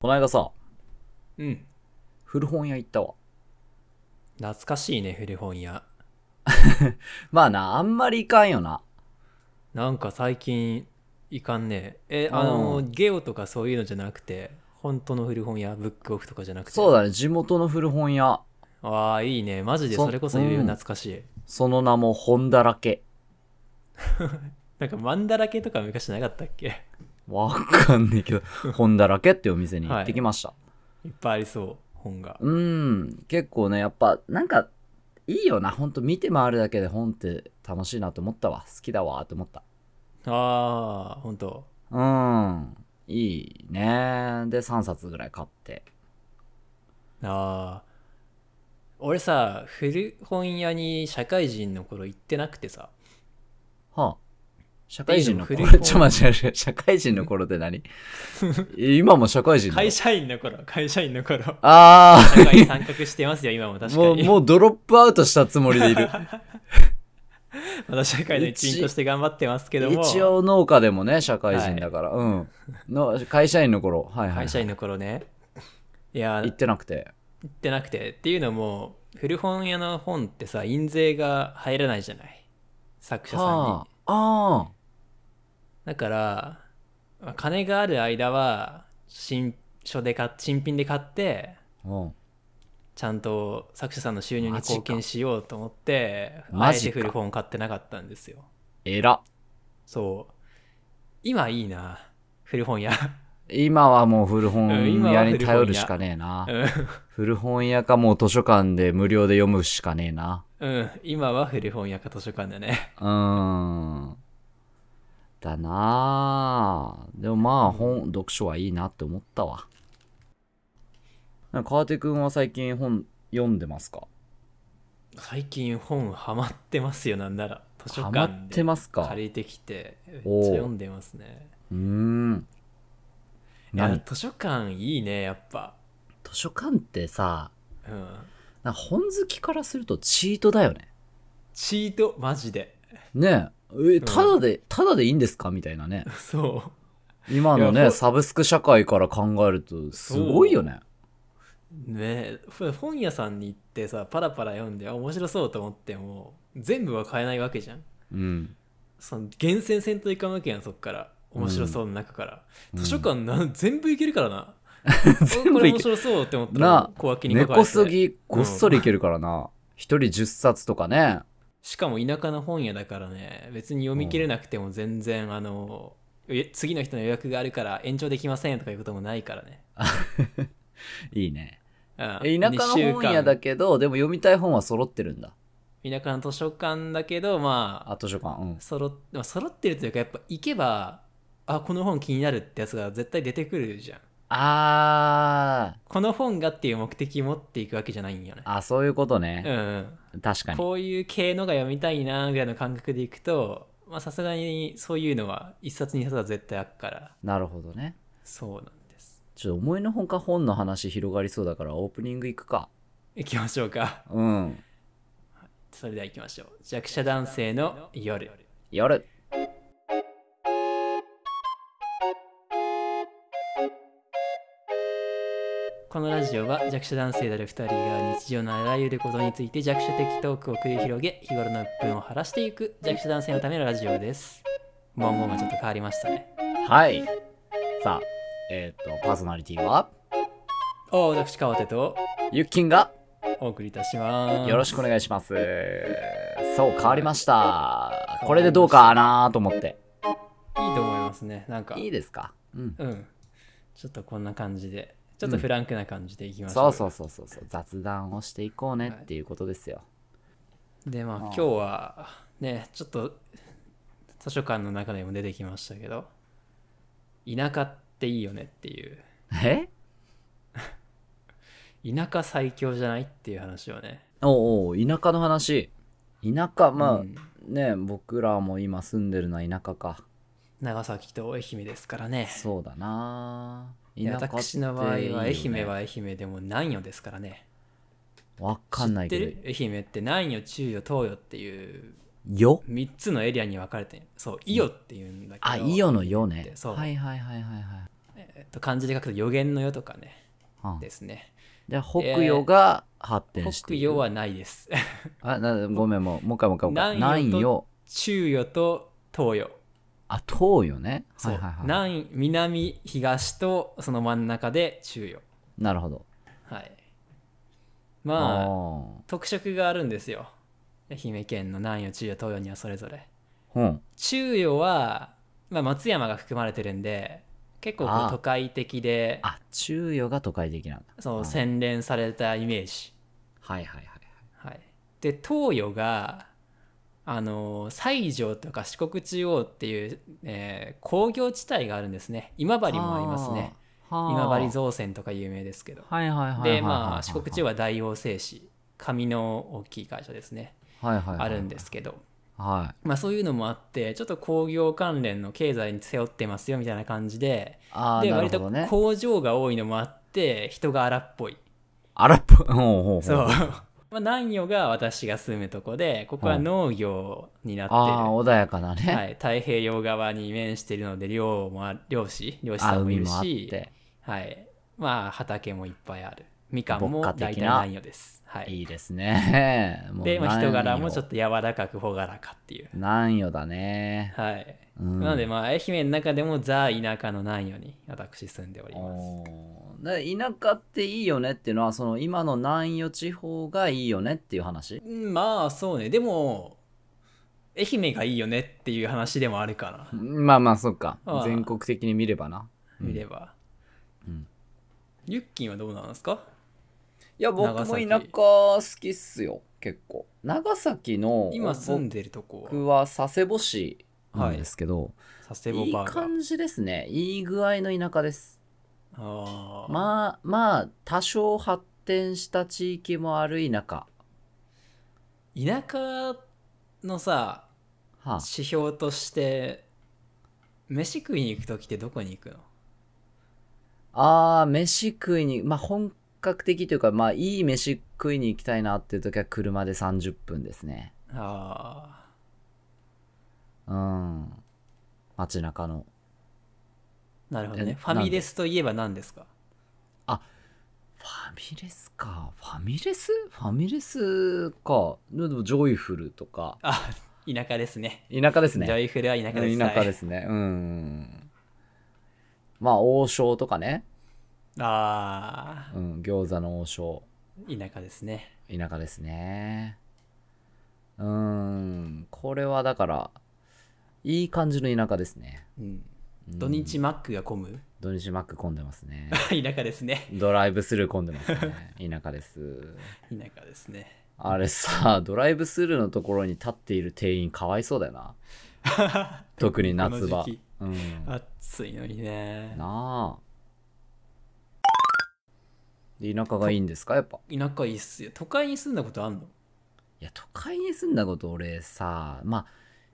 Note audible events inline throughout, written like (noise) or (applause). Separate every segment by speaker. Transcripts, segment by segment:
Speaker 1: この間さ、
Speaker 2: うん。
Speaker 1: 古本屋行ったわ。
Speaker 2: 懐かしいね、古本屋。
Speaker 1: まあな、あんまり行かんよな。
Speaker 2: なんか最近、いかんねえ。え、あの、ゲオとかそういうのじゃなくて、本当の古本屋、ブックオフとかじゃなくて。
Speaker 1: そうだね、地元の古本屋。
Speaker 2: ああ、いいね。マジで
Speaker 1: そ
Speaker 2: それこそ言うよ、
Speaker 1: うん
Speaker 2: 懐かしい。
Speaker 1: その名も本だらけ。
Speaker 2: なんか、マンだらけとか昔なかったっけ
Speaker 1: わかんねえけ
Speaker 2: (laughs)
Speaker 1: ど、本だらけってお店に行ってきました。
Speaker 2: いっぱいありそう、本が。
Speaker 1: うーん、結構ね、やっぱ、なんか、いいよな。ほんと見て回るだけで本って楽しいなと思ったわ。好きだわ、と思った。
Speaker 2: ああ、本当
Speaker 1: うん、いいね。で、3冊ぐらい買って。
Speaker 2: ああ。俺さ、古本屋に社会人の頃行ってなくてさ。
Speaker 1: はあ。社会人の
Speaker 2: ってい
Speaker 1: 頃
Speaker 2: うのも古い
Speaker 1: ちょ、待って待って待って、社会人の頃って
Speaker 2: (laughs)
Speaker 1: 何え今も社会人だよ
Speaker 2: 会社員の頃、会社員の
Speaker 1: (laughs)
Speaker 2: 頃。
Speaker 1: あ
Speaker 2: 社会に参画してますよ、今も
Speaker 1: あ、
Speaker 2: 確か
Speaker 1: もう、
Speaker 2: に。
Speaker 1: もうドロップアウトしたつもりでいる。
Speaker 2: まだ社会の一員として頑張ってます (laughs) けども
Speaker 1: 一応農家でもね、社会人だから。うん。の会社員の頃、はいはい、
Speaker 2: 会社員の頃ねいや
Speaker 1: 行
Speaker 2: 行
Speaker 1: ってなくて。
Speaker 2: ってなくてっていうのも古本屋の本ってさ印税が入らないじゃない作者さんに、
Speaker 1: はあ、ああ、
Speaker 2: だからまあ金がある間は新書で買っ新品で買って
Speaker 1: うん。
Speaker 2: ちゃんと作者さんの収入に
Speaker 1: マジか
Speaker 2: 貢献しようと思ってあ
Speaker 1: マ
Speaker 2: え
Speaker 1: ジ
Speaker 2: て
Speaker 1: か
Speaker 2: 古本買ってなかったんですよ
Speaker 1: えら。
Speaker 2: そう今いいな古本屋
Speaker 1: 今はもう古本
Speaker 2: うん今は
Speaker 1: 屋に
Speaker 2: 古本屋
Speaker 1: 頼るしかねえな。
Speaker 2: うん
Speaker 1: 古本屋かもう図書館で無料で読むしかねえな。
Speaker 2: うん今は古本屋か図書館だね
Speaker 1: うーん。だなあでもまあ本、読書はいいなって思ったわ。なんか川手くんは最近本読んでますか
Speaker 2: 最近本ハマってますよなんなら図書
Speaker 1: ハ
Speaker 2: 館
Speaker 1: マって
Speaker 2: で
Speaker 1: ますか
Speaker 2: 借りてきてめっち
Speaker 1: おう
Speaker 2: ゃ読んでますね
Speaker 1: うーん。
Speaker 2: いや
Speaker 1: 何図
Speaker 2: 図書館いいねやっぱ
Speaker 1: 書館ってさ、
Speaker 2: うん
Speaker 1: なんか本好きからするとチートだよね。
Speaker 2: チートマジで (laughs)
Speaker 1: ねえ。え、ただで、ただでいいんですかみたいなね。
Speaker 2: そ
Speaker 1: 今の
Speaker 2: い
Speaker 1: ね、
Speaker 2: や
Speaker 1: サブスク社会から考えると、すごいよね。
Speaker 2: うねふ本屋さんに行ってさパラパラ読んであ面白そうと思っても全部は買えないわけじゃん
Speaker 1: うん。
Speaker 2: その厳選せんといかんわけやんそっから面白そうの中から、
Speaker 1: うん
Speaker 2: 図書館なん全部いけるからな
Speaker 1: (laughs) 全
Speaker 2: こ
Speaker 1: 部
Speaker 2: れ
Speaker 1: い
Speaker 2: 面
Speaker 1: け、
Speaker 2: 白そうって思った
Speaker 1: なあ
Speaker 2: ら小脇に書か
Speaker 1: 猫
Speaker 2: れて
Speaker 1: すぎ、ごっそりいけるからな。一、人10冊とかね。
Speaker 2: しかも田舎の本屋だからね別に読み切れなくても全然、あのえ次の人の予約があるから延長できませんとかいうこともないからね、
Speaker 1: いいね。
Speaker 2: う
Speaker 1: え
Speaker 2: ん、
Speaker 1: 田舎の本屋だ
Speaker 2: け
Speaker 1: けど、でも読みたい本は揃ってるんだ。
Speaker 2: 田舎の図書館だけどまあ
Speaker 1: あ、図書館。うん。
Speaker 2: 揃っまあ揃ってるというかやっぱ行けばあこの本気になるってやつが絶対出てくるじゃん
Speaker 1: あー。
Speaker 2: この本がっていう目的持っていくわけじゃないんよね
Speaker 1: あ、そういうこと
Speaker 2: う
Speaker 1: ね。
Speaker 2: ん、
Speaker 1: 確かに。
Speaker 2: こういう系のが読みたいなぐらいの感覚でいくとまあさすがにそういうのは一冊二冊は絶対あっから
Speaker 1: なるほどね。
Speaker 2: そうなんです
Speaker 1: ちょっと思いのほか本の話広がりそうだからオープニング行くか。
Speaker 2: 行きましょうか。
Speaker 1: うん。
Speaker 2: それでは行きましょう。弱者男性の夜。
Speaker 1: やる。
Speaker 2: このラジオは弱者男性である2人が日常のあらゆることについて弱者的トークを繰り広げ、日頃の鬱憤を晴らしていく弱者男性のためのラジオです。文言がちょっと変わりましたね。
Speaker 1: はい。さあ、えっ、と、パーソナリティは、
Speaker 2: お私、川手と
Speaker 1: ゆっきんが
Speaker 2: お送りいたします。
Speaker 1: よろしくお
Speaker 2: ね。
Speaker 1: 願いします。そう、変わりました。これでどうかなと思って。
Speaker 2: いいと思いますね。なんか、
Speaker 1: いいですかうん。
Speaker 2: うん。ちょっとこんな感じで、ちょっとフランクな感じでいきましょう。
Speaker 1: そうそうそうそうそう雑談をしていこうねっていうことですよ、
Speaker 2: でまあ
Speaker 1: うん
Speaker 2: 今日はねちょっと図書館の中でも出てきましたけど田舎っていいよねっていう
Speaker 1: え
Speaker 2: 田舎最強じゃないっていう話をね
Speaker 1: おうおう田舎の話田舎まあ、
Speaker 2: うん
Speaker 1: ね僕らも今住んでるのは田舎か
Speaker 2: 長崎と愛媛ですからね
Speaker 1: そうだな田
Speaker 2: いや
Speaker 1: 舎って
Speaker 2: 私の場合は
Speaker 1: い
Speaker 2: い
Speaker 1: よね
Speaker 2: 愛媛は愛媛でも南予ですからね
Speaker 1: わかんないけ
Speaker 2: 知ってる愛媛って南予中予東予っていう
Speaker 1: どよ
Speaker 2: 3つのエリアに分かれてるそう伊予っていうんだけど
Speaker 1: あ伊予のよね
Speaker 2: そう
Speaker 1: はいはいはいはいはい
Speaker 2: と漢字で書くと予言の世とかね
Speaker 1: うん
Speaker 2: ですね
Speaker 1: じゃあ北与が発展して
Speaker 2: 北
Speaker 1: いる
Speaker 2: 与はないです
Speaker 1: あなごめんもうもう一回もう一回もう一回
Speaker 2: 南
Speaker 1: 南
Speaker 2: 与
Speaker 1: 与
Speaker 2: 中与と東与
Speaker 1: あ東与ね
Speaker 2: そ
Speaker 1: は
Speaker 2: う、
Speaker 1: いはいはいな
Speaker 2: 南南東とその真ん中で中与
Speaker 1: るほど
Speaker 2: はい
Speaker 1: あ
Speaker 2: まあ
Speaker 1: ー
Speaker 2: 特色があるんですよ愛媛県の南与中与東与にはそれぞれ
Speaker 1: うん
Speaker 2: 中与は、まあ、松山が含まれてるんで結構こ
Speaker 1: あ
Speaker 2: う
Speaker 1: あ
Speaker 2: 都会的で
Speaker 1: あ中与が都会的なんだ
Speaker 2: そ
Speaker 1: あ
Speaker 2: う
Speaker 1: あ
Speaker 2: 洗練されたイメージ、
Speaker 1: はいはいはい
Speaker 2: はい、で東与があの西条とか四国中央っていう、えー工業地帯があるんですね今治もありますね
Speaker 1: はあ
Speaker 2: 今治造船とか有名ですけど
Speaker 1: はいはいはいはいはい
Speaker 2: でまあ四国中央
Speaker 1: は
Speaker 2: は大王製紙紙の大きい会社ですね
Speaker 1: いはいはいはい
Speaker 2: あるんですけど
Speaker 1: はい
Speaker 2: まあそういうのもあってちょっと工業関連の経済に背負ってますよみたいな感じで
Speaker 1: ああ
Speaker 2: で
Speaker 1: な
Speaker 2: 割
Speaker 1: るほ
Speaker 2: と
Speaker 1: どね
Speaker 2: 工場が多いのもあって人が荒っぽい
Speaker 1: あらっぽいほうほうほう
Speaker 2: そう (laughs) まあ南予が私が住むとこでここは農業になってる、
Speaker 1: ああ穏やかなね、
Speaker 2: はい、太平洋側に面しているので漁もあ漁師漁師
Speaker 1: あ
Speaker 2: さんも
Speaker 1: 海
Speaker 2: いる
Speaker 1: もあっ
Speaker 2: してはい、まあ畑もいっぱいあるみかん
Speaker 1: 牧
Speaker 2: も
Speaker 1: 歌
Speaker 2: 大
Speaker 1: 的
Speaker 2: 体
Speaker 1: な
Speaker 2: 南予です、はい、
Speaker 1: いいです (laughs) ねもう
Speaker 2: で、まあ、人柄もちょ
Speaker 1: と
Speaker 2: っと柔らかく朗らかっていう、
Speaker 1: 南与だね
Speaker 2: はい、
Speaker 1: うん
Speaker 2: なのでまあ愛媛の中でもザ田舎の南予に私住んでおります
Speaker 1: おーだ田舎っていいよねっていうのはその今の南予地方がいいよねっていう話
Speaker 2: うんまあそうねでも愛媛がいいよねっていう話でもあるかな
Speaker 1: まあまあそっか
Speaker 2: ああ
Speaker 1: 全国的に見ればな
Speaker 2: 見れば、
Speaker 1: うん
Speaker 2: ユッキンはどうなんですか
Speaker 1: いや
Speaker 2: 僕
Speaker 1: 僕
Speaker 2: も
Speaker 1: も
Speaker 2: 長
Speaker 1: 田舎
Speaker 2: 崎
Speaker 1: 好きっすよ結構長崎の
Speaker 2: 今住んでるとこは
Speaker 1: 僕は佐世保市なんですけど、
Speaker 2: 佐世
Speaker 1: い、
Speaker 2: 保
Speaker 1: い
Speaker 2: バーガー
Speaker 1: 感じですねいい具合の田舎です
Speaker 2: あー
Speaker 1: まあまあ多少発展した地域もある田舎
Speaker 2: 田舎のさ
Speaker 1: はあ
Speaker 2: 指標として飯食いに行く時ってどこに行くの
Speaker 1: あー飯食いにまあ本格的というかまあいい飯食いに行きたいなっていう時は車で30分ですね
Speaker 2: あー
Speaker 1: うん街中の
Speaker 2: なるほど
Speaker 1: え
Speaker 2: ねファミレスといえば何ですか
Speaker 1: ファミレスかファミレスファミレスかでもジョイフルとか
Speaker 2: あ田舎ですね
Speaker 1: 田舎です
Speaker 2: ジョ
Speaker 1: ね
Speaker 2: イフルは田舎です
Speaker 1: 田舎ですすねうんまあ王将とかね、
Speaker 2: あ
Speaker 1: うん、餃子の王将
Speaker 2: ー田舎ですね
Speaker 1: 田舎ですねうーんこれはだからいい感じの田舎ですね、
Speaker 2: うん
Speaker 1: うん
Speaker 2: 土日マックが混む (laughs)
Speaker 1: 土日マック混んでますね
Speaker 2: 田舎ですね
Speaker 1: ドライブスルー混んでますね田舎です
Speaker 2: 田舎ですね
Speaker 1: (laughs) あれさドライブスルーのところに立っている店員かわいそうだよな特に夏
Speaker 2: この
Speaker 1: 場
Speaker 2: 時期
Speaker 1: うんな
Speaker 2: 暑いのにね
Speaker 1: あで田舎がいいんですかやっぱ
Speaker 2: 田舎いいっすよ都会に住んだことあんの
Speaker 1: いや都会に住んだこと俺さまあ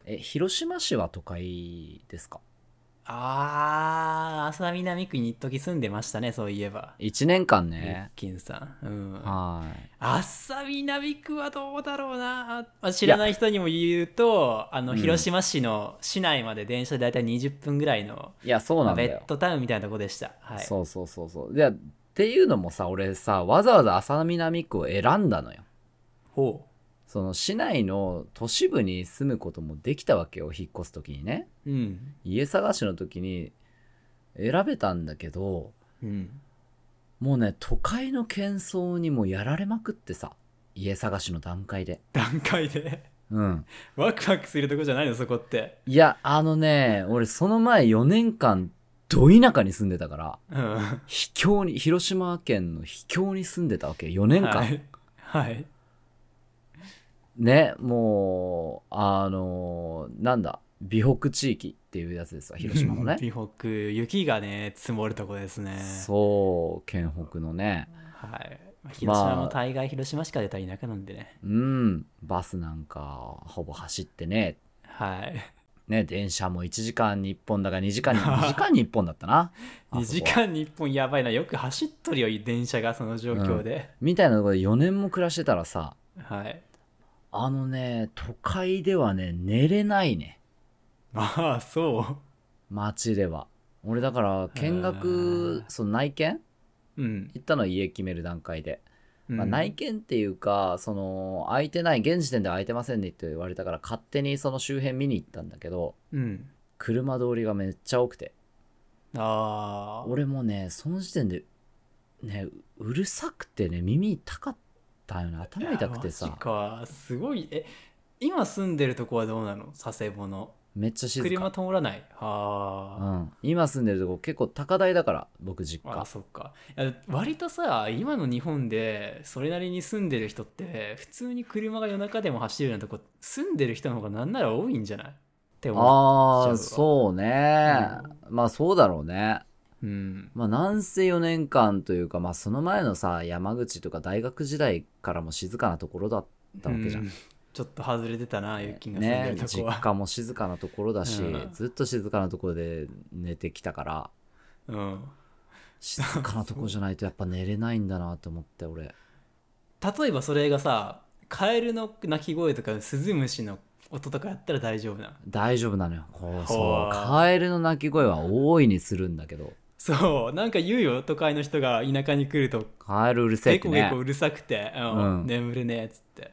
Speaker 1: え広島市は都会ですか
Speaker 2: ああ浅田南区に一時住んでましたねそういえば
Speaker 1: 1年間
Speaker 2: え
Speaker 1: ね
Speaker 2: 金さんうん
Speaker 1: はい
Speaker 2: 浅田南区はどうだろうなあまあ知らない人にも言うとあの
Speaker 1: うん
Speaker 2: 広島市の市内まで電車で大体20分ぐらいの
Speaker 1: いやそう
Speaker 2: ま
Speaker 1: な
Speaker 2: あ
Speaker 1: んだ
Speaker 2: ベ
Speaker 1: よ
Speaker 2: ッドタウンみたいなとこでしたはい
Speaker 1: そうそうそうそういやっていうのもさ俺さわざわざ浅南区を選んだのよ
Speaker 2: ほ
Speaker 1: その市内の都市部に住むこともできたわけよ引っ越す時にね
Speaker 2: ううん
Speaker 1: 家探しの時に選べたんだけど
Speaker 2: うん
Speaker 1: もうね都会の喧騒にもうやられまくってさ家探しの段階で
Speaker 2: 段階で
Speaker 1: うん
Speaker 2: ワクワクするとこじゃないのそこって
Speaker 1: いやあのね俺その前4年間ど田舎に住んでたから
Speaker 2: うん
Speaker 1: 秘境に広島県の秘境に住んでたわけ4年間、
Speaker 2: はい、はい、
Speaker 1: ねもうあのなんだ美北地域っていうやつですわ広島
Speaker 2: (laughs)
Speaker 1: のね
Speaker 2: 美北雪がね積もるとこですね
Speaker 1: そう県北のね
Speaker 2: はいまあ広島も大概広島しか出た田舎なんでね、
Speaker 1: うんバスなんかほぼ走ってね
Speaker 2: はい
Speaker 1: ね電車も1時間に1本だから2時間に2
Speaker 2: (laughs)
Speaker 1: 時間に1本だったなあ
Speaker 2: 2
Speaker 1: そ
Speaker 2: 時
Speaker 1: こは
Speaker 2: 間日本やばいなよく走っとるよ電車がその状況で、
Speaker 1: みたいなところで4年も暮らしてたらさ
Speaker 2: はい
Speaker 1: あのね都会ではね寝れないね
Speaker 2: まあそ
Speaker 1: 街では俺だから見学
Speaker 2: へー
Speaker 1: その内見
Speaker 2: うん。
Speaker 1: 行ったのは家決める段階で、まあ、
Speaker 2: うん
Speaker 1: 内見っていうかその空いてない現時点では空いてませんねって言われたから勝手にその周辺見に行ったんだけど
Speaker 2: うん。
Speaker 1: 車通りがめっちゃ多くて
Speaker 2: ああ。
Speaker 1: 俺もねその時点でねううるさくてね耳痛かったよね頭痛くて
Speaker 2: いや
Speaker 1: さ
Speaker 2: マジか。すごい。え、今住んでるとこはどうなの佐世保の。
Speaker 1: めっちゃ静
Speaker 2: 車
Speaker 1: か、
Speaker 2: 通らない。
Speaker 1: う
Speaker 2: はあ。
Speaker 1: ん、今住んでるとこ結構高台だから僕実
Speaker 2: あ
Speaker 1: 家
Speaker 2: そっかいや割とさ今の日本でそれなりに住んでる人って普通に車が夜中でも走るようなとこ住んでる人の方がなんなら多いんじゃないって思
Speaker 1: あ
Speaker 2: ちゃう
Speaker 1: あ
Speaker 2: わ
Speaker 1: そうね、まあそうだろうね
Speaker 2: う、うん、
Speaker 1: まあなんせ4年間というかまあその前のさ山口とか大学時代からも静かなところだったわけじゃん、
Speaker 2: うちょっと外れてたな、ゆっきんが住んで
Speaker 1: ね
Speaker 2: るとこ
Speaker 1: 実
Speaker 2: は。
Speaker 1: 家も静かなところだし、
Speaker 2: うん
Speaker 1: ずっと静かなところで寝てきたから
Speaker 2: うん、
Speaker 1: 静かなとこじゃないとやっぱ寝れないんだなと思って俺
Speaker 2: 例えばそれがさ、カエルの鳴き声とかスズムシの音とかやったら大丈夫な。
Speaker 1: 大丈夫なのよこうそ
Speaker 2: ほ
Speaker 1: う
Speaker 2: う
Speaker 1: カエルの鳴き声は大いにするんだけど
Speaker 2: そう、なんか言うよ、都会の人が田舎に来ると、
Speaker 1: カエルうるせえって
Speaker 2: 結構結
Speaker 1: ね
Speaker 2: 構うるさくて、うん
Speaker 1: うん
Speaker 2: 眠れねえっつって。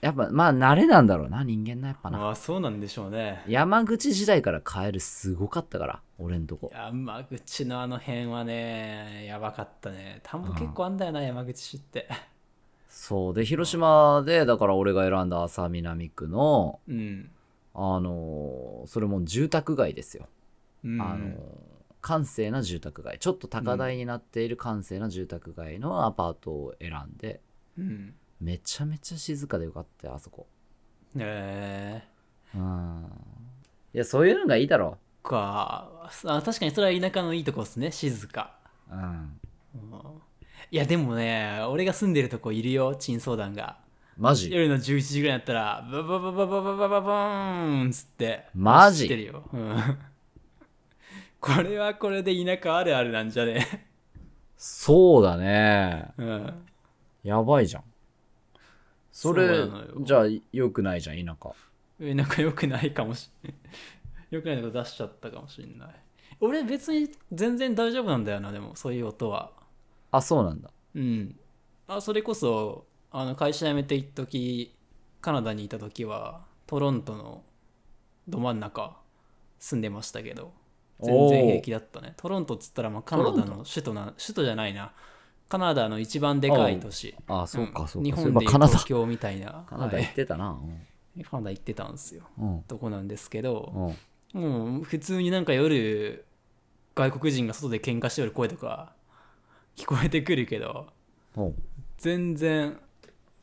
Speaker 1: やっぱまあ慣れなんだろうな人間なやっぱな
Speaker 2: まあそうなんでしょうね。
Speaker 1: 山口時代からカエルすごかったから俺んとこ
Speaker 2: 山口のあの辺はね、やばかったね。田んぼ結構あんだよな、山口市って。
Speaker 1: そうで広島でだから俺が選んだ朝南区の
Speaker 2: うん。
Speaker 1: あのーそれも住宅街ですよ、
Speaker 2: うん、
Speaker 1: あのー閑静な住宅街ちょっと高台になっている閑静な住宅街のアパートを選んで
Speaker 2: うん。
Speaker 1: めちゃめちゃ静かでよかったよあそこ
Speaker 2: えー
Speaker 1: うんいやそういうのがいいだろ
Speaker 2: かあ確かにそれは田舎のいいとこっすね静か、
Speaker 1: うん
Speaker 2: うんいやでもね俺が住んでるとこいるよ珍相談が
Speaker 1: マジ
Speaker 2: 夜の11時ぐらいになったらバババババババババーンっつって
Speaker 1: マ
Speaker 2: 知っ
Speaker 1: ジ
Speaker 2: てるよ、うん、 (laughs) これはこれで田舎あるあるなんじゃね
Speaker 1: そうだね
Speaker 2: うん
Speaker 1: やばいじゃんそれ
Speaker 2: そうなのよ
Speaker 1: じゃあ良くないじゃん田舎
Speaker 2: 田舎良くないかもしれない (laughs) 良くないとこ出しちゃったかもしれない俺別に全然大丈夫なんだよなでもそういう音は
Speaker 1: あそうなんだ
Speaker 2: うん、あそれこそあの会社辞めて一時カナダにいた時はトロントのど真ん中住んでましたけど全然平気だったねトロントっつったらまあカナダ
Speaker 1: ト
Speaker 2: の首都な首都じゃないなカナダの一番でかい都市
Speaker 1: あそうか
Speaker 2: ん
Speaker 1: そうか
Speaker 2: 日
Speaker 1: そういえ
Speaker 2: 本
Speaker 1: ば
Speaker 2: でいう
Speaker 1: カナダ
Speaker 2: 東京みたいな
Speaker 1: カナダ
Speaker 2: は
Speaker 1: 行っ
Speaker 2: い
Speaker 1: てたな、
Speaker 2: カナダ行ってたんですよ
Speaker 1: うん
Speaker 2: とこなんですけど
Speaker 1: うんうん
Speaker 2: もう普通になんか夜外国人が外で喧嘩してる声とか聞こえてくるけど
Speaker 1: ほう
Speaker 2: 全然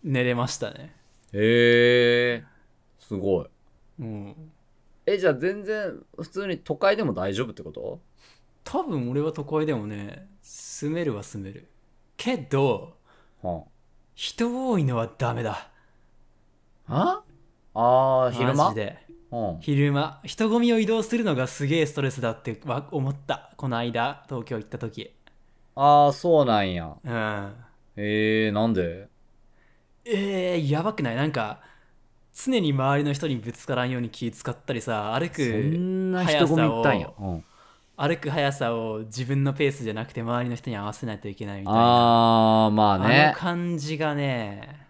Speaker 2: 寝れましたね
Speaker 1: へえすごい
Speaker 2: うん
Speaker 1: えじゃあ全然普通に都会でも大丈夫ってこと
Speaker 2: 多分俺は都会でもね住めるは住めるけど
Speaker 1: は
Speaker 2: 人多いのはダメだ
Speaker 1: ああー昼
Speaker 2: マ
Speaker 1: 間
Speaker 2: ジで
Speaker 1: うん、
Speaker 2: 昼間人混みを移動するのがすげえストレスだってわ思ったこの間東京行った時
Speaker 1: ああそうなんや
Speaker 2: うん
Speaker 1: えー、なんで
Speaker 2: えー、やばくないなんか常に周りの人にぶつからんように気使ったりさ歩
Speaker 1: そ
Speaker 2: く
Speaker 1: んな人混み行ったんや、うん、
Speaker 2: 歩く速さを自分のペースじゃなくて周りの人に合わせないといけないみたいな
Speaker 1: あーまあ
Speaker 2: あの
Speaker 1: ね
Speaker 2: 感じがね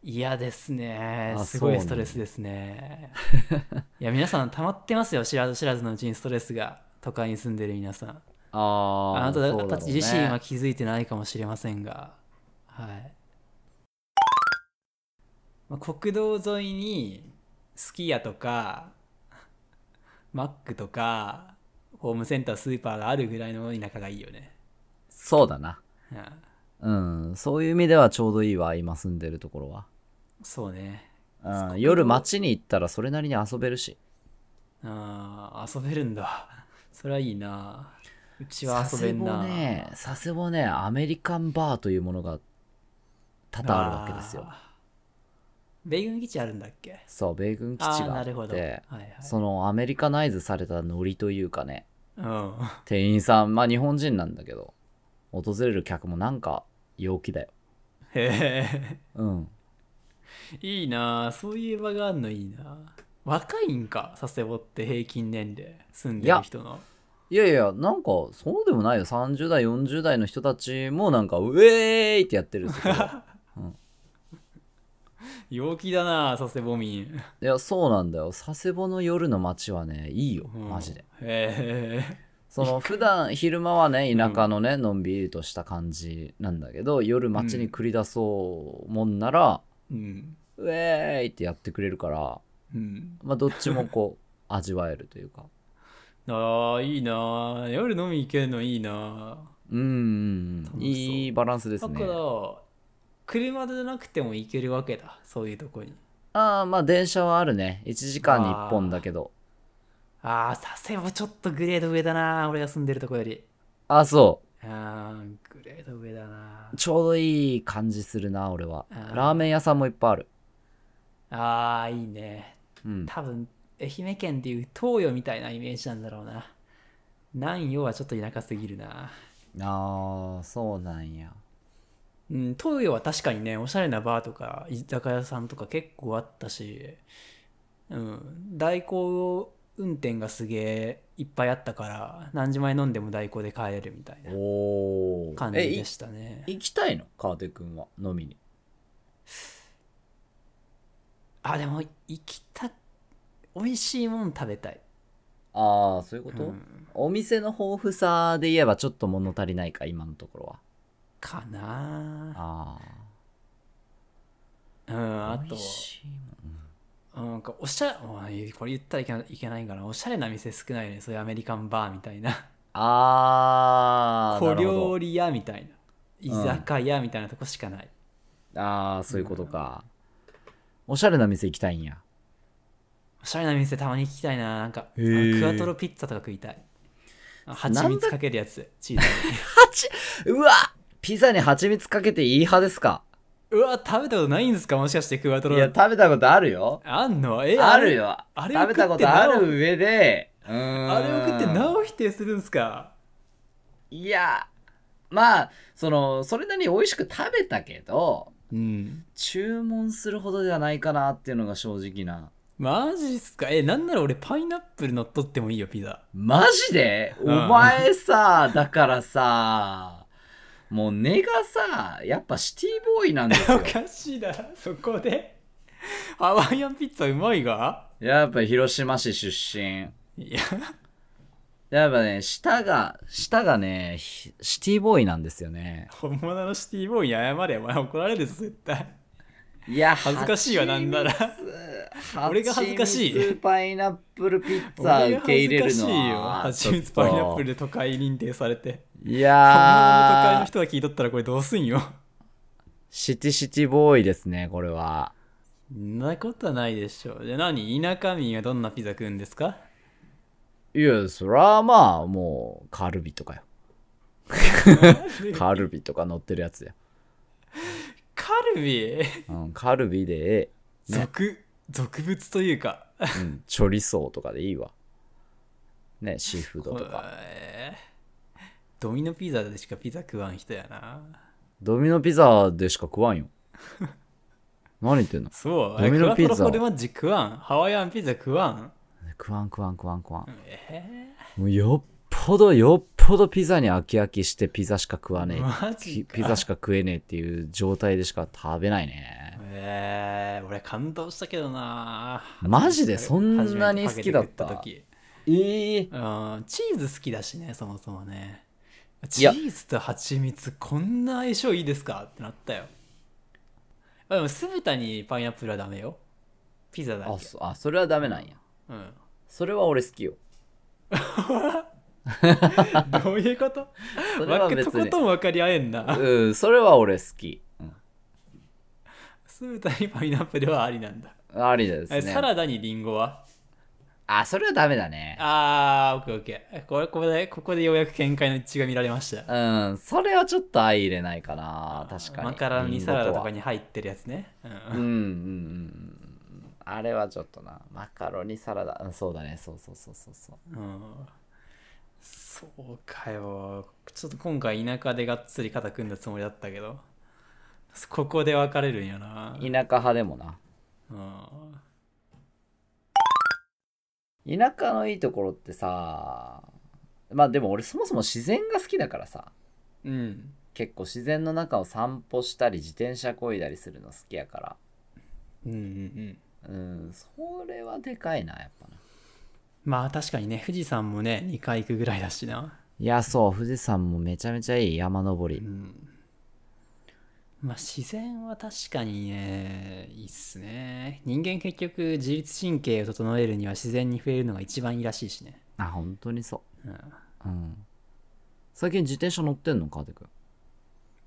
Speaker 2: 嫌ですね
Speaker 1: あ
Speaker 2: す
Speaker 1: そう
Speaker 2: ごい
Speaker 1: なんだ
Speaker 2: ストレスですねいや皆さん溜まってますよ知らず知らずのうちにストレスが都会に住んでる皆さん
Speaker 1: あー
Speaker 2: あな
Speaker 1: そうだろ
Speaker 2: た
Speaker 1: うね
Speaker 2: たち自身は気づいてないかもしれませんが、はいまあ、国道沿いにすき家とか (laughs) マックとかホームセンタースーパーがあるぐらいの田舎がいいよね、
Speaker 1: そうだな
Speaker 2: うん、
Speaker 1: うんそういう意味ではちょうどいいわ今住んでるところは
Speaker 2: そうね
Speaker 1: うん、夜街に行ったらそれなりに遊べるし
Speaker 2: あー遊べるんだ (laughs) それはいいなうちは遊べん
Speaker 1: 佐世保
Speaker 2: な、
Speaker 1: ね佐世保ねアメリカンバーというものが多々あるわけですよ
Speaker 2: あー米軍基地あるんだっけ
Speaker 1: そう米軍基地
Speaker 2: ああー
Speaker 1: があ
Speaker 2: な
Speaker 1: っ
Speaker 2: るほど、はい
Speaker 1: て
Speaker 2: はい、
Speaker 1: そのアメリカナイズされたノリというかね
Speaker 2: うん
Speaker 1: 店員さんまあ日本人なんだけど訪れる客もなんか陽気だよ
Speaker 2: へ
Speaker 1: うん
Speaker 2: えいいなあそういう場があるのいいなあ若いんか佐世保って平均年齢住んでる人の
Speaker 1: いやいや、なんか、そうでもないよ。30代、40代の人たちも、なんか、ウェーイってやってるんです
Speaker 2: (laughs)
Speaker 1: けど。
Speaker 2: 陽気だな佐世保民
Speaker 1: いや、そうなんだよ。佐世保の夜の街はね、いいよ。
Speaker 2: うん
Speaker 1: マジで。
Speaker 2: へ
Speaker 1: その、普段、昼間はね、田舎のね、のんびりとした感じなんだけど、夜街に繰り出そうもんなら、
Speaker 2: えうん
Speaker 1: ウェーイってやってくれるから、
Speaker 2: うん
Speaker 1: まあ、どっちもこう、味わえるというか。
Speaker 2: ああいいな夜飲み行けるのいいな
Speaker 1: うんうん、
Speaker 2: 楽しそう
Speaker 1: いいバランスです
Speaker 2: だ
Speaker 1: ね
Speaker 2: か。ら車でなくても行けるわけだそういうとこに
Speaker 1: ああ、まあ、電車はあるね。1時間に1本だけど。
Speaker 2: ああ佐世保ちょっとグレード上だな俺が住んでるとこより
Speaker 1: ああ、そう。
Speaker 2: あーグレード上だな
Speaker 1: ちょうどいい感じするな、俺は
Speaker 2: あ。ー
Speaker 1: ラーメン屋さんもいっぱいある。
Speaker 2: あーいいね
Speaker 1: うん。
Speaker 2: 多分愛媛県でいう東洋みたいなイメージなんだろうな南洋はちょっと田舎すぎるな
Speaker 1: ああ、そうなんや。
Speaker 2: うん東洋は確かにねおしゃれなバーとか居酒屋さんとか結構あったし、うん、代行運転がすげえいっぱいあったから何時前飲んでも代行で帰れるみたいな
Speaker 1: おお
Speaker 2: 感じでしたね
Speaker 1: 行きたいの川手くんは、飲みに。
Speaker 2: あでも行きた美味しいもん食べたい、
Speaker 1: ああ、そういうこと、
Speaker 2: うん
Speaker 1: お店の豊富さで言えばちょっと物足りないか、今のところは。
Speaker 2: かな
Speaker 1: あ
Speaker 2: あうん
Speaker 1: あ。
Speaker 2: あ
Speaker 1: 美
Speaker 2: と
Speaker 1: 味しいもん
Speaker 2: なんかおしゃまあこれ言ったらいけないいけないからおしゃれな店少ないねそういうアメリカンバーみたいな (laughs)
Speaker 1: ああ、
Speaker 2: 小
Speaker 1: なるほど
Speaker 2: 料理屋みたいな居
Speaker 1: うん
Speaker 2: 酒屋みたいなとこしかない、
Speaker 1: ああ、そういうことか。おしゃれな店行きたいんや。
Speaker 2: おしゃれな店たまに行きたいななんかあ
Speaker 1: へー
Speaker 2: のクワトロピッツァとか食いたいあ蜂
Speaker 1: なん
Speaker 2: 蜜
Speaker 1: だ
Speaker 2: かけるやつチーズ (laughs)
Speaker 1: うわピザに蜂蜜かけていい派ですか
Speaker 2: にうわ食べたことないんですかもしかしてクワト
Speaker 1: いや、
Speaker 2: ロ
Speaker 1: 食べたことあるよ。
Speaker 2: あんのえ
Speaker 1: あるよ。
Speaker 2: あれを
Speaker 1: 食べたことある上で、う
Speaker 2: あれ
Speaker 1: ー
Speaker 2: あ
Speaker 1: ん
Speaker 2: れを食ってなお否定するんすか
Speaker 1: いや、まあ、その、それなりに美味しく食べたけど、
Speaker 2: うん
Speaker 1: 注文するほどではないかなっていうのが正直な。
Speaker 2: マジっすかえなんなら俺パイナップル乗っ取ってもいいよピザ
Speaker 1: マジでお
Speaker 2: うん
Speaker 1: 前さ、だからさ、もう根がさ、やっぱシティボーイなんです
Speaker 2: (laughs) お
Speaker 1: よ。
Speaker 2: かしいだろそこでハワイアンピッツァうまいが
Speaker 1: やっぱ広島市出身。
Speaker 2: いや
Speaker 1: やっぱね、舌が、舌がね、ひシティボーイなんですよね。
Speaker 2: 本物のシティボーイに謝れお前怒られるぞ絶対
Speaker 1: いや、
Speaker 2: 恥ずかしいわなんなら俺が恥ずかしい
Speaker 1: 蜂蜜パイナップルピッツァ受け入れるのは
Speaker 2: 俺が恥ずかしいよ蜂蜜パイナップル
Speaker 1: ル
Speaker 2: で都会認定されて
Speaker 1: い
Speaker 2: 本物の都会
Speaker 1: や
Speaker 2: の
Speaker 1: ー
Speaker 2: 人が聞いとったらこれどうすんよ
Speaker 1: シティシティボーイですねこれは
Speaker 2: そんなことはないでしょうじゃあ何田舎民はどんなピザ食うんですか
Speaker 1: いやそらまあもうカルビとかよ (laughs) カルビとか乗ってるやつや、
Speaker 2: カルビ
Speaker 1: うん、カルビで、
Speaker 2: 俗俗物というか
Speaker 1: うん、チョリソーとかでいいわねシーフードとか
Speaker 2: えードミノピザでしかピザ食わん人やな
Speaker 1: ドミノピザでしか食わんよ何言ってんの
Speaker 2: そう
Speaker 1: ドミノピザ
Speaker 2: クワトロフォルマッジ食わんハワイアンピザ食わん
Speaker 1: 食わん食わん食わん食わん
Speaker 2: え
Speaker 1: もうよっぽどよっぽどピザに飽き飽きしてピザしか食わねえ。
Speaker 2: マ
Speaker 1: ピ
Speaker 2: ジか
Speaker 1: ピザしか食えねえっていう状態でしか食べないね。
Speaker 2: えー、俺感動したけどな
Speaker 1: マジでそんなに好きだった
Speaker 2: 初めて
Speaker 1: ええ
Speaker 2: パゲテ食った時うんチーズ好きだしねそもそもね
Speaker 1: い
Speaker 2: チ
Speaker 1: や
Speaker 2: ーズと蜂蜜こんな相性いいですかってなったよあでも酢豚にパイナップルはダメよピザだけ
Speaker 1: あそあ、それはダメなんや。
Speaker 2: うん (laughs)
Speaker 1: それは俺好きよ。
Speaker 2: どういうこと
Speaker 1: それ
Speaker 2: わ
Speaker 1: は
Speaker 2: け
Speaker 1: 別
Speaker 2: とこ
Speaker 1: に。
Speaker 2: とん分かり合えんな。 (laughs)
Speaker 1: うん、それは俺好き。うん
Speaker 2: 酢豚にパイナップルはありなんだ。
Speaker 1: ありです
Speaker 2: え
Speaker 1: ね。
Speaker 2: サラダにリンゴは
Speaker 1: あ、それはダメだね。
Speaker 2: あー、オッケーオッケー。これ、ここで、ここでようやく見解の一致が見られました。
Speaker 1: うん、それはちょっと相入れないかな。確かに。
Speaker 2: マカロニサラダとか
Speaker 1: に。
Speaker 2: に入ってるやつね。うん
Speaker 1: うんうんうんうん。あれはちょっとな。マカロニサラダ。うんそうだね。そうそうそうそうそう。
Speaker 2: うんそうかよ。ちょっと今回田舎でがっつり肩組んだつもりだったけど、ここで分かれるんやな。
Speaker 1: 田舎派でもな。
Speaker 2: うん
Speaker 1: 田舎のいいところってさまあでも俺そもそも自然が好きだからさ
Speaker 2: うん
Speaker 1: 結構自然の中を散歩したり自転車こいだりするの好きやから
Speaker 2: うんうんうん
Speaker 1: うんそれはでかいなやっぱな
Speaker 2: まあ確かにね富士山もね2回行くぐらいだしな、
Speaker 1: いやそう富士山もめちゃめちゃいい山登り
Speaker 2: うん、まあ自然は確かにねいいっすね人間結局自律神経を整えるには自然に触れるのが一番いいらしいしね、
Speaker 1: あ本当にそ
Speaker 2: うん、
Speaker 1: ううん最近自転車乗ってんのかてくん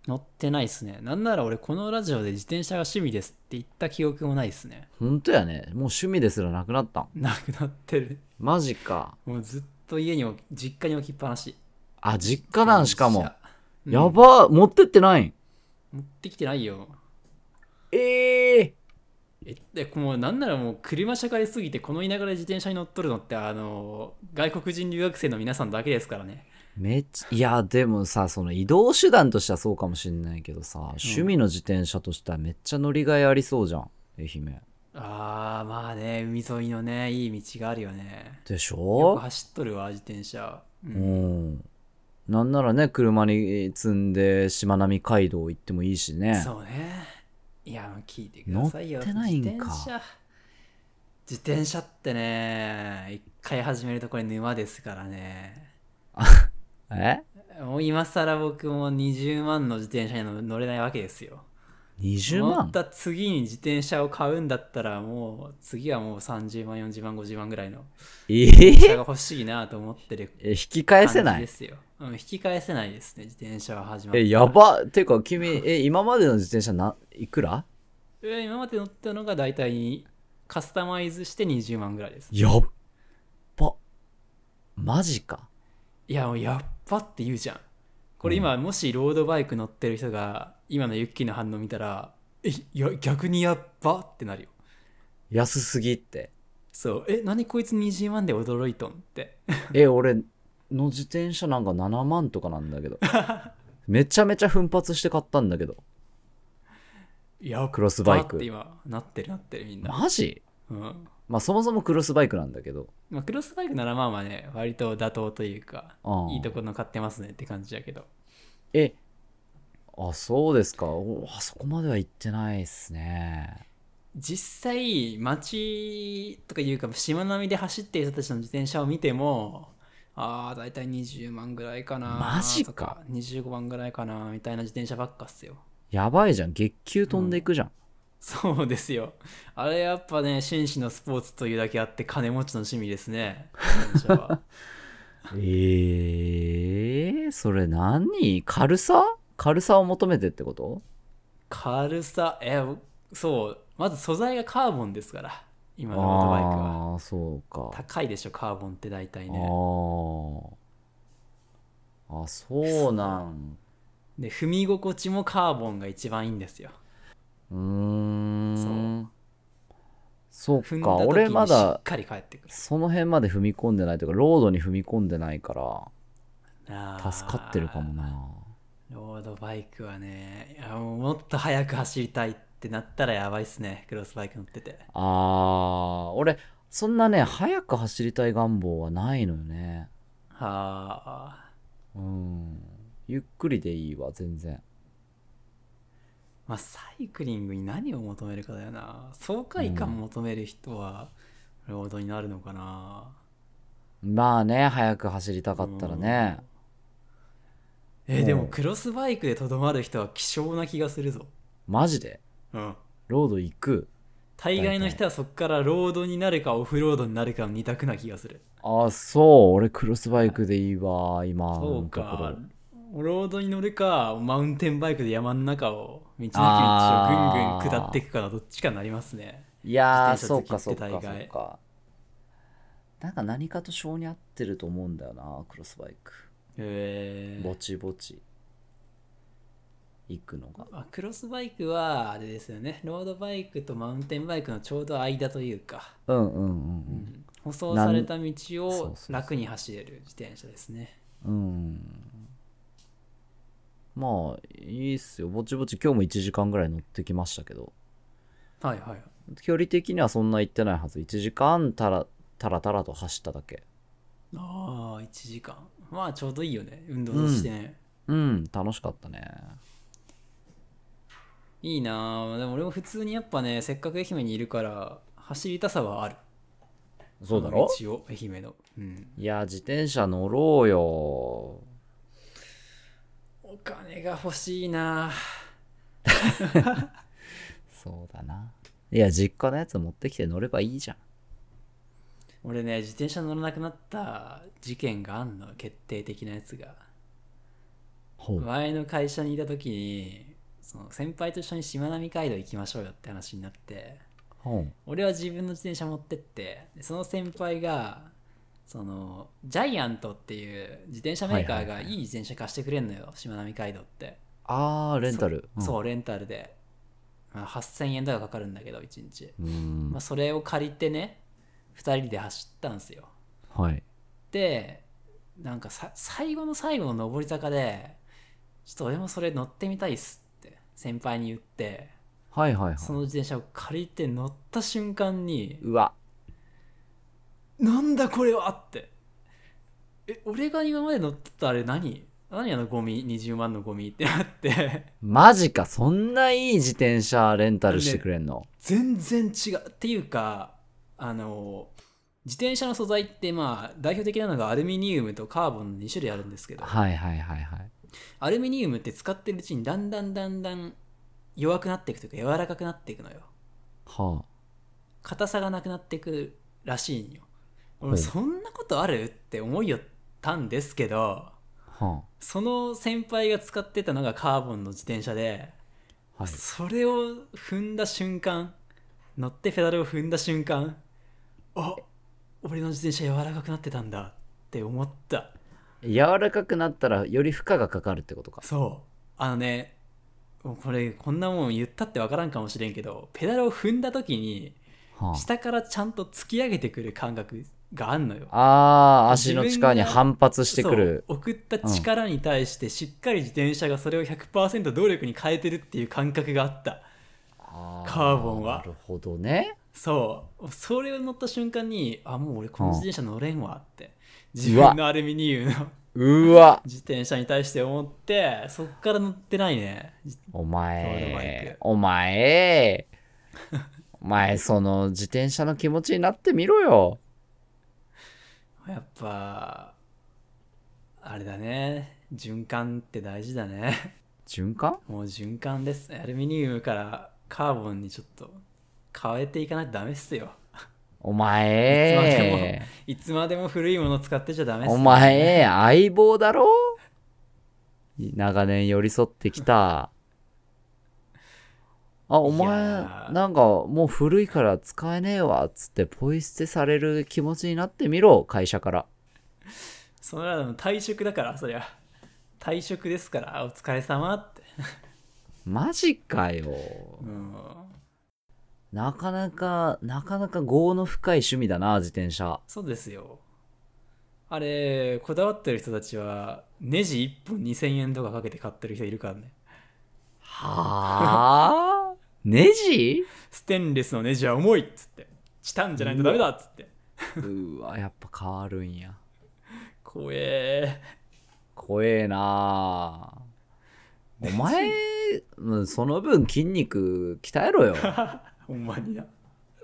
Speaker 2: 乗ってないっすねなんなら俺このラジオで自転車が趣味ですって言った記憶もないっすね
Speaker 1: 本当やねもう趣味ですらなくなったん
Speaker 2: なくなってる
Speaker 1: マジか
Speaker 2: もうずっと家に置き実家に置きっぱなし
Speaker 1: あ実家なんしかも
Speaker 2: 自、転車
Speaker 1: や
Speaker 2: うん
Speaker 1: ば持ってってないん
Speaker 2: 持ってきてないよ
Speaker 1: ええ
Speaker 2: えでもうなんならもう車社会すぎてこの田舎で自転車に乗っとるのってあの外国人留学生の皆さんだけですからね
Speaker 1: めっちゃいやでもさその移動手段としてはそうかもしんないけどさ、趣味の自転車としてはめっちゃ乗りがいありそうじゃん愛媛
Speaker 2: あーまあね海沿いのねいい道があるよね
Speaker 1: でし
Speaker 2: よく
Speaker 1: ょ
Speaker 2: 走っとるわ自転車、う
Speaker 1: うんんなんならね車に積んでしまなみ海道行ってもいいしね
Speaker 2: そうねいや聞いてくださいよ
Speaker 1: 乗ってないんか
Speaker 2: 自転車自転車ってね一回始めるとこれ沼ですからね
Speaker 1: え
Speaker 2: もう今更僕も20万の自転車には乗れないわけですよ
Speaker 1: 20
Speaker 2: 乗
Speaker 1: 万
Speaker 2: った次に自転車を買うんだったらもう次はもう30万40万50万ぐらいの
Speaker 1: え
Speaker 2: 自転車
Speaker 1: え (laughs)
Speaker 2: が欲しいなと思ってる
Speaker 1: え引き返せな
Speaker 2: 感じ
Speaker 1: い
Speaker 2: ですよ、うん、引き返せないですね自転車は始まって
Speaker 1: えやばてか君え今までの自転車ないくら
Speaker 2: え今まで乗ったのが大体カスタマイズして20万ぐらいです
Speaker 1: やっばマジか
Speaker 2: いやもうやっぱって言うじゃんこれ今もしロードバイク乗ってる人が今のユッキーの反応見たらえいや逆にやっばってなるよ
Speaker 1: 安すぎって
Speaker 2: そうえ何こいつ20万で驚いとんって
Speaker 1: え俺の自転車なんか7万とかなんだけ
Speaker 2: (laughs)
Speaker 1: どめちゃめちゃ奮発して買ったんだけど
Speaker 2: やっ
Speaker 1: クロスバイ
Speaker 2: ばって
Speaker 1: ク
Speaker 2: 今なってるなってるみんな、
Speaker 1: マジ
Speaker 2: うん
Speaker 1: まあそもそもクロスバイクなんだけど
Speaker 2: まあ、クロスバイク7万はね割と妥当というか
Speaker 1: ああ
Speaker 2: いいとこの買ってますねって感じやけど
Speaker 1: えあそうですかおあそこまでは行ってないっすね
Speaker 2: 実際街とかいうかしまなみで走っている人たちの自転車を見てもああ大体20万ぐらいかな
Speaker 1: マジか
Speaker 2: と25万ぐらいかなみたいな自転車ばっかっすよ (laughs)
Speaker 1: やばいじゃん月給飛んでいくじゃん、
Speaker 2: そうですよあれやっぱね紳士のスポーツというだけあって金持ちの趣味ですね自転車
Speaker 1: (laughs)
Speaker 2: は
Speaker 1: ええそれ何軽さ軽さを求めてってこと
Speaker 2: 軽さえそうまず素材がカーボンですから今のロードバイクは
Speaker 1: ああそうか
Speaker 2: 高いでしょカーボンって大体ね
Speaker 1: あーあそう
Speaker 2: (laughs)
Speaker 1: なん
Speaker 2: で踏み心地もカーボンが一番いいんですよ
Speaker 1: うーんそう
Speaker 2: 踏んだ
Speaker 1: か
Speaker 2: 時に
Speaker 1: 俺ま
Speaker 2: しっ
Speaker 1: だ
Speaker 2: かり帰ってくる
Speaker 1: その辺まで踏み込んでないというかロードに踏み込んでないから
Speaker 2: あー
Speaker 1: 助かってるかもな
Speaker 2: ロードバイクはねいやもうもっと速く走りたいってなったらやばいっすねクロスバイク乗ってて
Speaker 1: あー俺そんなね速く走りたい願望はないのよね
Speaker 2: はあ
Speaker 1: うんゆっくりでいいわ全然
Speaker 2: まあサイクリングに何を求めるかだよな爽快感求める人はロードになるのかな、
Speaker 1: まあね速く走りたかったらね
Speaker 2: えー
Speaker 1: うん
Speaker 2: でもクロスバイクでとどまる人は希少な気がするぞ
Speaker 1: マジで
Speaker 2: うん
Speaker 1: ロード行く
Speaker 2: 大概の人はそこからロードになるかオフロードになるかの二択な気がする
Speaker 1: あそう俺クロスバイクでいいわ今
Speaker 2: そ
Speaker 1: の
Speaker 2: う
Speaker 1: ところ
Speaker 2: か。ロードに乗るか、マウンテンバイクで山の中を、道の駅道をぐん
Speaker 1: あー
Speaker 2: ぐん下っていくかのどっちかになりますね。
Speaker 1: いやー
Speaker 2: 自
Speaker 1: そ
Speaker 2: 転
Speaker 1: うかそ
Speaker 2: 車好きっ
Speaker 1: うか
Speaker 2: て大
Speaker 1: そう
Speaker 2: 概
Speaker 1: かなんか何かと性に合ってると思うんだよなクロスバイク
Speaker 2: えー
Speaker 1: ぼちぼち行くのが
Speaker 2: まあ、クロスバイクは、あれですよね、ロードバイクとマウンテンバイクのちょうど間というか、
Speaker 1: うんうんうん
Speaker 2: 舗装された道
Speaker 1: なんそうそ
Speaker 2: を
Speaker 1: うそう
Speaker 2: 楽に走れる自転車ですね。
Speaker 1: うんうんまあいいっすよぼちぼち今日も1時間ぐらい乗ってきましたけど
Speaker 2: はいはい。
Speaker 1: 距離的にはそんな行ってないはず1時間たらたらたらと走っただけ
Speaker 2: ああ1時間まあちょうどいいよね運動としてね、
Speaker 1: うん、楽しかったね。
Speaker 2: いいなあでも俺も普通にやっぱねせっかく愛媛にいるから走りたさはある
Speaker 1: そうだろ
Speaker 2: 道を愛媛のうん
Speaker 1: いや、自転車乗ろうよ。
Speaker 2: お金が欲しいな
Speaker 1: そうだな。いや、実家のやつ持ってきて乗ればいいじゃん。
Speaker 2: 俺ね自転車乗らなくなった事件があんの決定的なやつが
Speaker 1: ほ。
Speaker 2: 前の会社にいた時にその先輩と一緒にしまなみ海道行きましょうよって話になって
Speaker 1: ほう。
Speaker 2: 俺は自分の自転車持ってってでその先輩がそのジャイアントっていう自転車メーカーが
Speaker 1: はいはいはい
Speaker 2: いい自転車貸してくれんのよしまなみ海道って
Speaker 1: あー、レンタル。
Speaker 2: そう,、レンタルで、まあ、8000円とかかかるんだけど1日、
Speaker 1: うん。うん
Speaker 2: まあ、。それを借りてね2人で走ったんですよ
Speaker 1: はい。
Speaker 2: でなんかさ最後の最後の上り坂でちょっと俺もそれ乗ってみたいっすって先輩に言って
Speaker 1: はいはいはい。
Speaker 2: その自転車を借りて乗った瞬間に
Speaker 1: うわ。
Speaker 2: なんだこれはってえ俺が今まで乗ってたあれ何何あのゴミ20万のゴミってなって
Speaker 1: マジか、そんないい自転車レンタルしてくれんの。
Speaker 2: 全然違うっていうかあの自転車の素材ってまあ代表的なのがアルミニウムとカーボンの2種類あるんですけど
Speaker 1: はいはいはいはい。
Speaker 2: アルミニウムって使ってるうちにだんだんだんだん弱くなっていくというか柔らかくなっていくのよ
Speaker 1: は
Speaker 2: 硬さがなくなっていくらしいんよ
Speaker 1: ほ
Speaker 2: 俺
Speaker 1: う
Speaker 2: そんなことあるって思いよったんですけど
Speaker 1: あ。は
Speaker 2: その先輩が使ってたのがカーボンの自転車で、
Speaker 1: あ。はい。
Speaker 2: それを踏んだ瞬間乗ってペダルを踏んだ瞬間あ俺の自転車柔らかくなってたんだって思った
Speaker 1: 柔らかくなったらより負荷がかかるってことか。
Speaker 2: そうあのねもうこれこんなもん言ったって分からんかもしれんけどペダルを踏んだ時に
Speaker 1: は
Speaker 2: 下からちゃんと突き上げてくる感覚があんのよ
Speaker 1: あ。あー、足の力に反発してくる。
Speaker 2: そう送った力に対してしっかり自転車がそれを100%動力に変えてるっていう感覚があった
Speaker 1: あ
Speaker 2: カーボンは
Speaker 1: なるほどね。
Speaker 2: そうそれを乗った瞬間にあもう俺この
Speaker 1: うん
Speaker 2: 自転車乗れんわって自分のアルミニウムの (laughs)
Speaker 1: うわ。
Speaker 2: 自転車に対して思ってそっから乗ってないね
Speaker 1: お
Speaker 2: ロードバイ
Speaker 1: 前
Speaker 2: ク、
Speaker 1: お前、お前、その自転車の気持ちになってみろよ。
Speaker 2: やっぱあれだね循環って大事だね
Speaker 1: 循環
Speaker 2: もう循環ですアルミニウムからカーボンにちょっと変えていかないとダメっすよ
Speaker 1: お
Speaker 2: いつまで
Speaker 1: 前、
Speaker 2: いつまでも古いもの使ってちゃダメっすよ
Speaker 1: お前、相棒だろ長年寄り添ってきた。あ、お前
Speaker 2: いや、ー
Speaker 1: なんかもう古いから使えねえわ、つってポイ捨てされる気持ちになってみろ、会社から。
Speaker 2: それはでも退職だからそりゃ退職ですからお疲れ様って
Speaker 1: マジかよ。
Speaker 2: うん
Speaker 1: なかなか、なかなか業の深い趣味だな、自転車。
Speaker 2: そうですよ。あれ、こだわってる人たちは、ネジ1本2000円とかかけて買ってる人いるからね。
Speaker 1: はあネジ
Speaker 2: ステンレスのネジは重いっつって。チタンじゃないとダメだっつって。
Speaker 1: うわ、やっぱ変わるんや。
Speaker 2: 怖え。
Speaker 1: 怖えなあお前、うんその分筋肉鍛えろよ。
Speaker 2: (laughs) ほんまにな。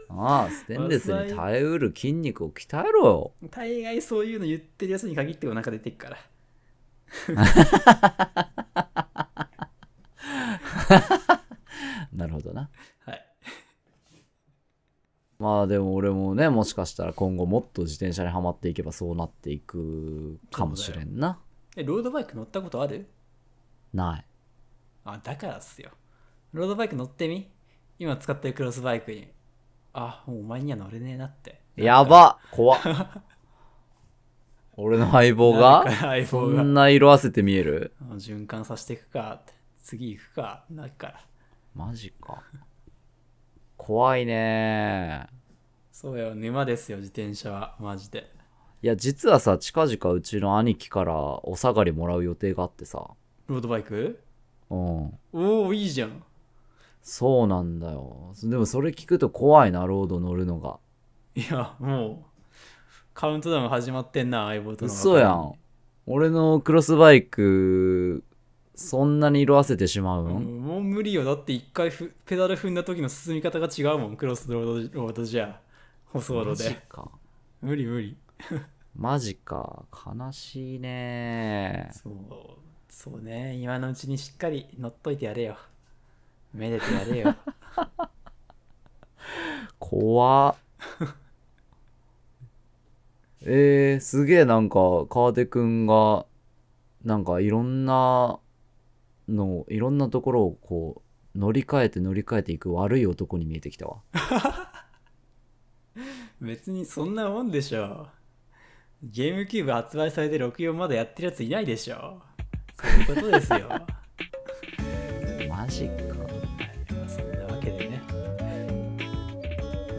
Speaker 1: ああ、ステンレスに耐えうる筋肉を鍛えろ
Speaker 2: 大概そういうの言ってるやつに限ってお腹出てっから。
Speaker 1: よ。なるほどな。
Speaker 2: はい。
Speaker 1: まあでも俺もね、もしかしたら今後もっと自転車にはまっていけばそうなっていくかもしれんな。
Speaker 2: え、ロードバイク乗ったことある
Speaker 1: ない。
Speaker 2: あ、だからっすよ。ロードバイク乗ってみ今使ってるクロスバイクに。あ、もうお前には乗れねえなって。
Speaker 1: やば怖っ俺の相棒が
Speaker 2: なんか相 (laughs)
Speaker 1: そ
Speaker 2: 棒が
Speaker 1: んな色あせて見える
Speaker 2: あ循環させていくかって。次行くか。なるから。
Speaker 1: マジか。怖いね
Speaker 2: そうよ、沼ですよ、自転車は、マジで。
Speaker 1: いや、実はさ、近々うちの兄貴からお下がりもらう予定があってさ。
Speaker 2: ロードバイク
Speaker 1: うん。
Speaker 2: おお、いいじゃん。
Speaker 1: そうなんだよ。でもそれ聞くと怖いな、ロード乗るのが。
Speaker 2: いや、もう、カウントダウン始まってんな、相棒との。
Speaker 1: 嘘やん。俺のクロスバイク、そんなに色あせてしまう、
Speaker 2: うんん。もう無理よ。だって一回ふペダル踏んだ時の進み方が違うもん、クロスロードロードじゃ。舗装
Speaker 1: マ
Speaker 2: 路
Speaker 1: ジ
Speaker 2: で。
Speaker 1: か。
Speaker 2: 無理無理。
Speaker 1: マジか。悲しいね。
Speaker 2: そう。そうね。今のうちにしっかり乗っといてやれよ。めでてや
Speaker 1: (laughs)
Speaker 2: れよ。
Speaker 1: 怖っ (laughs) えー、すげえなんか川手くんがなんかいろんなのいろんなところをこう乗り換えて乗り換えていく悪い男に見えてきたわ
Speaker 2: 別にそんなもんでしょゲームキューブ発売されて64まだやってるやついないでしょそういうことですよ (laughs)
Speaker 1: マジか
Speaker 2: そんなわけでね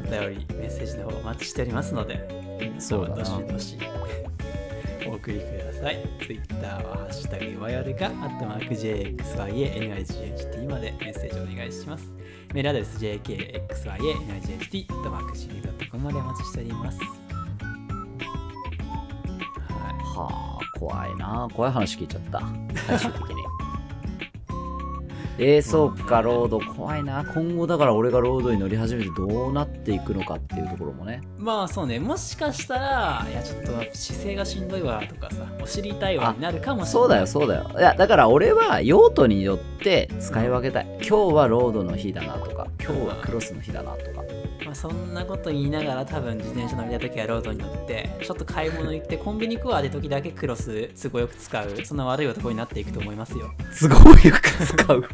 Speaker 2: お便りメッセージの方お待ちしておりますので皆
Speaker 1: そ
Speaker 2: 様
Speaker 1: うだな
Speaker 2: どしどし (laughs) お送りください Twitter は「ハッシュタグいわよるか」「アットマーク JXYANIGHT」までメッセージお願いしますメールアドレス JKXYANIGHT アットマーク Gmail.com までお待ちしておりますはい
Speaker 1: はあ怖いな怖い話聞いちゃった最終 (laughs) 的にえー、そうかロード怖いな今後だから俺がロードに乗り始めてどうなっていくのかっていうところもね
Speaker 2: まあそうねもしかしたらいやちょっと姿勢がしんどいわとかさお尻痛いわになるかもしれない
Speaker 1: そうだよそうだよいやだから俺は用途によって使い分けたい今日はロードの日だなとか今日はクロスの日だなとか
Speaker 2: まあ、そんなこと言いながら多分自転車乗りた時はロードに乗ってちょっと買い物行ってコンビニ行くわで時だけクロス都合よく使うそんな悪い男になっていくと思いますよ
Speaker 1: 都合よく使う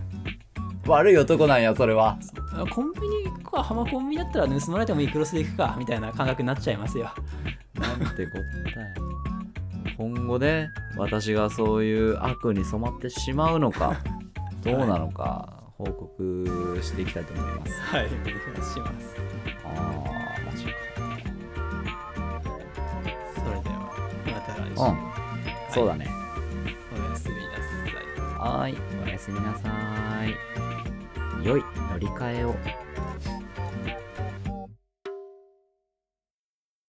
Speaker 1: (laughs) 悪い男なんやそれは
Speaker 2: あコンビニ行くか浜コンビニだったら盗まれてもいいクロスで行くかみたいな感覚になっちゃいますよ
Speaker 1: なんてこったよ今後ね私がそういう悪に染まってしまうのかどうなのか報告していきたいと思います
Speaker 2: はいお願いします
Speaker 1: ああマジか
Speaker 2: それではまた来週、
Speaker 1: うんそうだね
Speaker 2: おやすみなさい
Speaker 1: はーいおやすみなさーい良い乗り換えを